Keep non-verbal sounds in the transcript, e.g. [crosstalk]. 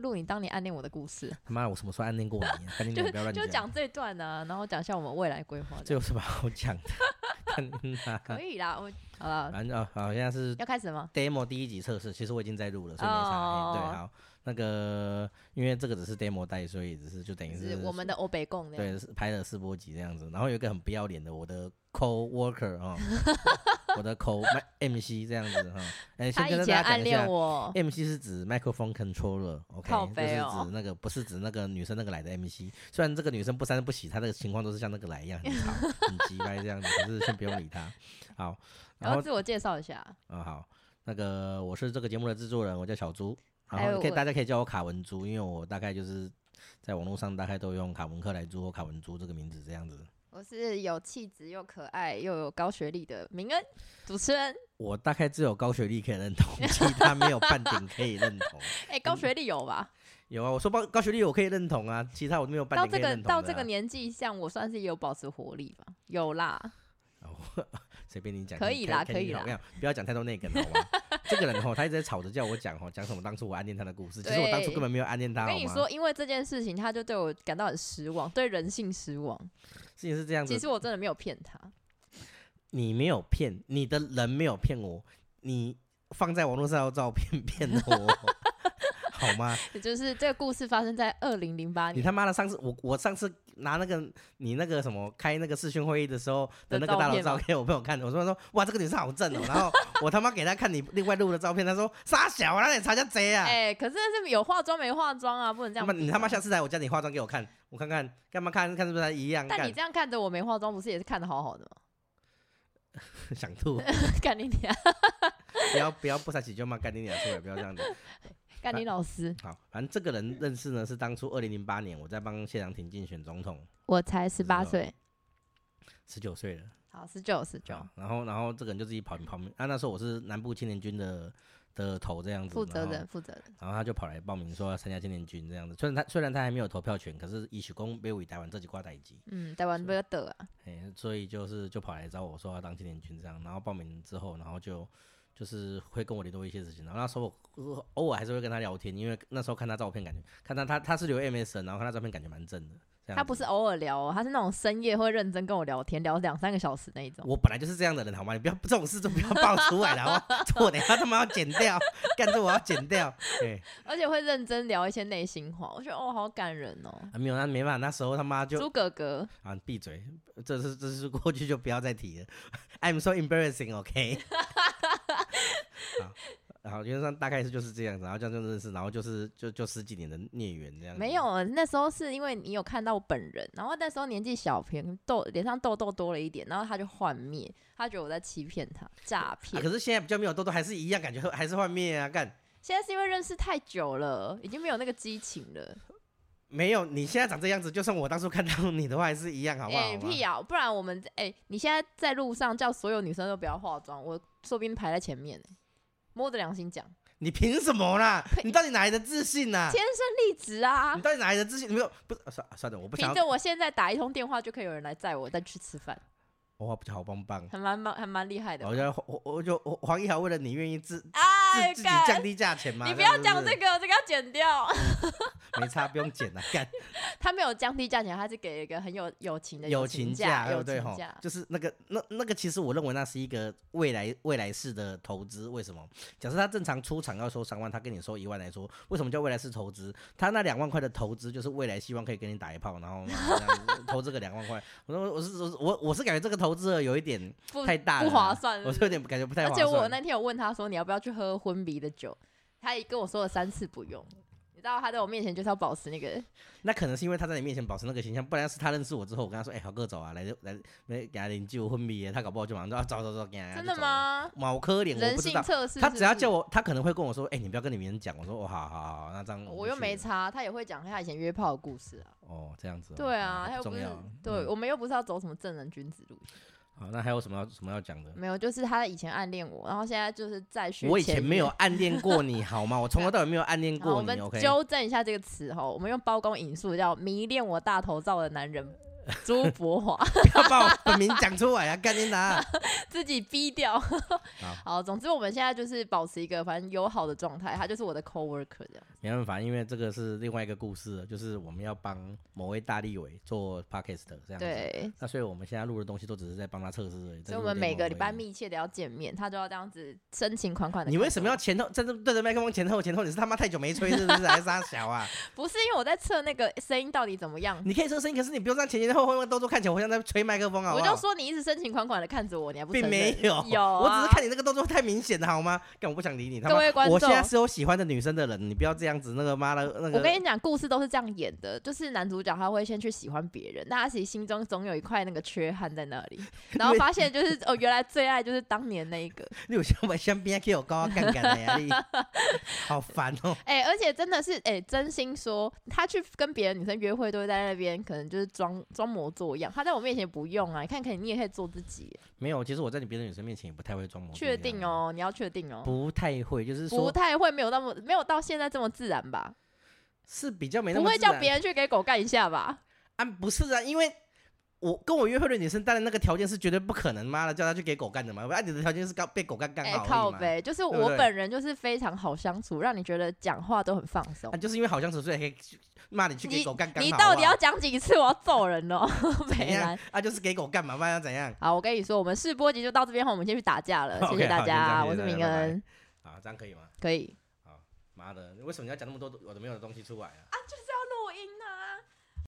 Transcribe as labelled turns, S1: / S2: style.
S1: 录你当年暗恋我的故事，
S2: 他妈，我什么时候暗恋过你啊？赶紧给
S1: 就
S2: 我不要乱
S1: 就
S2: 讲
S1: 讲，这段呢、然后讲一下我们未来规划的。
S2: [laughs] 这有什么好讲的？ [laughs] 看你啊
S1: [laughs] 可以啦，我好了，
S2: 反正哦，好，现在是
S1: 要开始吗？
S2: demo 第一集测试，其实我已经在录了，所以没差。
S1: 哦
S2: 嘿对，好，那个因为这个只是 demo 带，所以只是就等于
S1: 是我们的欧北共的，
S2: 对，是拍了四波集这样子。然后有一个很不要脸的，我的 co worker
S1: [laughs]
S2: 哦，我的 co [laughs] MC 这样子哈。哎、
S1: 他
S2: 先
S1: 以前
S2: 跟大家讲
S1: 暗
S2: 一下
S1: 恋我，
S2: MC 是指 microphone controller，OK，、
S1: 哦靠
S2: 就是
S1: 北哦
S2: 指那个不是指那个女生那个来的 MC。虽然这个女生不三不喜，她的情况都是像那个来一样很
S1: [laughs]
S2: 吵、很急掰这样子，可是先不用理她。好，
S1: 然
S2: 然后
S1: 后自我介绍一下，
S2: 嗯，好，那个我是这个节目的制作人，我叫小猪，
S1: 还
S2: 然
S1: 有
S2: 后可以
S1: 哎我
S2: 大家可以叫我卡文猪，因为我大概就是在网络上大概都用卡文克莱猪或卡文猪这个名字这样子。
S1: 我是有气质又可爱又有高学历的明恩主持人。
S2: 我大概只有高学历可以认同，其他没有半点可以认同。
S1: 哎、高学历有吧？
S2: 有啊，我说高高学历我可以认同啊，其他我没有半
S1: 到
S2: 点可
S1: 这
S2: 以
S1: 个
S2: 认同、啊
S1: 到这个年纪，像我算是有保持活力吧，有啦。
S2: 随便你讲，
S1: 可
S2: 你
S1: 以啦
S2: 开
S1: 可
S2: 开
S1: 以
S2: 心
S1: 啦
S2: 好不要不要讲太多那个了，好
S1: [laughs]
S2: 吗？这个人吼，他一直在吵着叫我讲吼，讲什么当初我暗恋他的故事，其实我当初
S1: 对
S2: 根本没有暗恋他，
S1: 我
S2: 好
S1: 跟
S2: 吗？
S1: 你说，因为这件事情，他就对我感到很失望，对人性失望。
S2: 事情是这样子
S1: 其，实我真的没有骗他，
S2: 你没有骗，你的人没有骗我，你放在网络上的照片骗了我，
S1: [laughs]
S2: 好吗？
S1: 也就是这个故事发生在二零零八
S2: 你
S1: 年。
S2: 他妈的上次我我上次拿那个你那个什么开那个视讯会议的时候的那个大
S1: 的照片吗
S2: 楼照片，我朋友看，我说说哇这个女生好正哦，然后我他妈给他看你另外录的照片，他说傻小啊，那你才叫贼啊！
S1: 哎、可是那是有化妆没化妆啊，不能这样、
S2: 那么你他妈下！次来我家里化妆给我看，我看看干嘛看看是不是一样？
S1: 但
S2: 干
S1: 你这样看着我没化妆，不是也是看的好好的吗？ [laughs]
S2: 想吐，
S1: 干你娘，
S2: 不要不要不撒喜就骂干你俩出来，不要这样子。
S1: 干你老师，
S2: 好，反正这个人认识呢是当初二零零八年我在帮谢长廷竞选总统，
S1: 我才十八
S2: 知道
S1: 岁，
S2: 十九岁了，
S1: 好，十九，十九
S2: 好，，然后然后这个人就自己跑跑啊，那时候我是南部青年军的的头这样子，
S1: 负责
S2: 然后
S1: 人，负责人。
S2: 然后他就跑来报名说要参加青年军这样子，虽然他虽然他还没有投票权，可是以许公被委台湾这几挂代级，
S1: 嗯，台湾不要得啊，
S2: 哎，所以就是就跑来找我说要当青年军这样，然后报名之后，然后就。就是会跟我联络一些事情，然后那时候我偶尔还是会跟他聊天，因为那时候看他照片，感觉看他他他是留 MSN，然后看他照片感觉蛮正的。这样
S1: 他
S2: 子
S1: 不是偶尔聊哦，他是那种深夜会认真跟我聊天，聊两三个小时那一种。
S2: 我本来就是这样的人，好吗？你不要这种事就不要爆出来了，好吗？ [laughs] 这我等一下他妈要剪掉，干这我要剪掉。对、
S1: 而且会认真聊一些内心话，我觉得哦，好感人哦。
S2: 啊，没有，那没办法，那时候他妈就
S1: 猪哥哥，
S2: 啊，闭嘴，这是这是过去就不要再提了。I'm so embarrassing, OK [laughs] 好。然后原则上大概是就是这样子，然后这样就认识，然后就是就就十几年的孽缘这样子。啊
S1: 没有，啊那时候是因为你有看到我本人，然后那时候年纪小，平痘脸上痘痘多了一点，然后他就幻灭，他觉得我在欺骗他，诈
S2: 啊、
S1: 骗。
S2: 可是现在比较没有痘痘，还是一样，感觉还是幻灭啊！干
S1: 现在是因为认识太久了，已经没有那个激情了。
S2: 没有，你现在长这样子，就算我当初看到你的话，还是一样，好不好？
S1: 哎、
S2: 好吗
S1: 屁呀、不然我们哎、你现在在路上叫所有女生都不要化妆，我说不定排在前面呢、摸着良心讲，
S2: 你凭什么啦
S1: 呸？
S2: 你到底哪来的自信呐、
S1: 天生丽质啊
S2: 你！到底哪来的自信？你没有，不是啊算啊算了，嗯我不
S1: 凭
S2: 想
S1: 着
S2: 要，
S1: 我现在打一通电话就可以有人来载我，再去吃饭，
S2: 我不好棒棒。
S1: 还蛮蛮还蛮厉害的吧。
S2: 我就我我就我黄一豪为了你愿意自自
S1: 哎，
S2: 哦自己
S1: 干
S2: 降低价钱吗？
S1: 你不要
S2: 样
S1: 讲
S2: 是
S1: 这个，这个要剪掉。 [laughs]
S2: 是，没差，不用剪了。干
S1: 他没有降低价钱，他是给了一个很有友情的
S2: 友
S1: 情
S2: 情
S1: 价，
S2: 对
S1: 友
S2: 不对？
S1: 情
S2: 吼
S1: 价，。
S2: 就是那个那那个，其实我认为那是一个未来未来式的投资。为什么？假设他正常出厂要收三万，他跟你收一万来说，为什么叫未来式投资？他那两万块的投资就是未来希望可以跟你打一炮，然后这样子投这个两万块。我说我是我是我我是感觉这个投资额有一点。
S1: 不
S2: 太大了
S1: 不
S2: 啦，
S1: 划算是不
S2: 我是
S1: 是
S2: 有点感觉不太
S1: 而
S2: 划
S1: 且
S2: 算。
S1: 我那天有问他说你要不要去喝婚鼻的酒，他也跟我说了三次不用。你知道他在我面前就是要保持那个，
S2: 那可能是因为他在你面前保持那个形象，不然是他认识我之后，我跟他说：“哎、豪哥走啊，来来来，给他邻居我昏迷耶。”他搞不好就马上说：“啊，走走走，给他。”
S1: 真的？吗？
S2: 毛可怜，我
S1: 人
S2: 不知
S1: 性
S2: 道。
S1: 测试是不是，
S2: 他只要叫我，他可能会跟我说：“哎、你不要跟你别人讲。”我说：“哦，好好好，那这样哦
S1: 我又没
S2: 差。
S1: 差，他也会讲他以前约炮的故事啊。
S2: 哦，这样子哦、
S1: 对啊，
S2: 好
S1: 他又不
S2: 重
S1: 是
S2: 要。
S1: 对
S2: 嗯
S1: 我们又不是要走什么正人君子路线，
S2: 好，啊那还有什么要什么要讲的？
S1: 没有，就是他以前暗恋我，然后现在就是再续。
S2: 我以前没有暗恋过你，好吗？我从头到尾没有暗
S1: [laughs]
S2: 恋
S1: 好，我
S2: 过你。
S1: 们
S2: OK，
S1: 纠正一下这个词哈，我们用包公引述叫“迷恋我大头照的男人朱博华
S2: 不要把我本名讲出来啊！ [laughs] 干你拿，
S1: 自己逼掉。[laughs]
S2: 啊
S1: 好，总之我们现在就是保持一个反正友好的状态，他就是我的 coworker 这样。
S2: 没办法，因为这个是另外一个故事了，就是我们要帮某位大立委做 podcast 这样子。
S1: 对，
S2: 那所以我们现在录的东西都只是在帮他测试而已。
S1: 所以我们每个礼拜
S2: 密。
S1: 密切的要见面，他就要这样子深情款款的。
S2: 你为什么要？前后在这对着麦克风前后前后？你是他妈太久没吹是不是？还是他小啊？
S1: 不是因为我在测那个声音到底怎么样，
S2: 你可以说声音，可是你不用这样前前后后都做看起来，我像在吹麦克风好
S1: 我
S2: 不
S1: 就
S2: 好？
S1: 说你一直深情款款的看着我，你还不
S2: 并
S1: 承
S2: 没
S1: 认
S2: 有，
S1: 有啊
S2: 我只是看你那个动作太明显了，好吗？但我不想理你，他妈
S1: 各！位观
S2: 我现
S1: 众。
S2: 在是有喜欢的女生的人，你不要这样子，那个妈的，那
S1: 我
S2: 个
S1: 跟你讲，故事都是这样演的，就是男主角他会先去喜欢别人，那他其实心中总有一块那个缺憾在那
S2: [laughs]
S1: 里，然后发现就是哦，原来最爱就是当年那一个，
S2: 你有像我身边啊给我高高干干的压力，好烦哦！
S1: 哎、而且真的是哎、真心说，他去跟别的女生约会都会在那边，可能就是装装模作样，他在我面前不用啊，你看看你也可以做自己，
S2: 没有，其实我在你别的女生面前也不太会装模作
S1: 确
S2: 样啊
S1: 定，哦，你要确定哦，
S2: 不太会，就是
S1: 不
S2: 说
S1: 太会没有那么没有到现在这么自然吧，
S2: 是比较没那
S1: 不
S2: 么
S1: 会
S2: 自然
S1: 叫别人去给狗干一下吧？
S2: [laughs] 啊，不是啊，因为我跟我约会的女生，当然那个条件是绝对不可能，妈的叫她去给狗干的嘛。啊，你的条件是刚被狗干干
S1: 哎、
S2: 好而已
S1: 靠
S2: 嘛。
S1: 呗，就是
S2: 对不
S1: 我
S2: 对
S1: 本人就是非常好相处，让你觉得讲话都很放松
S2: 啊，。就是因为好相处，所以可以骂你去给
S1: 你
S2: 狗干干
S1: 你
S2: 啊好不好
S1: 到底要讲几次？我要揍人
S2: [laughs]
S1: 哦，
S2: 怎
S1: 美兰
S2: 样。啊？就是给狗干嘛，不然要怎样？
S1: 好，我跟你说，我们试播集就到这边后，我们先去打架了。谢
S2: [laughs] OK，
S1: 谢大
S2: 好先这
S1: 家，
S2: 样
S1: 我
S2: 谢谢
S1: 是
S2: 大家
S1: 明
S2: 拜拜
S1: 恩，
S2: 啊，这样可以吗？
S1: 可以。
S2: 妈的，为什么你要讲那么多有的没有的东西出来啊？
S1: 就是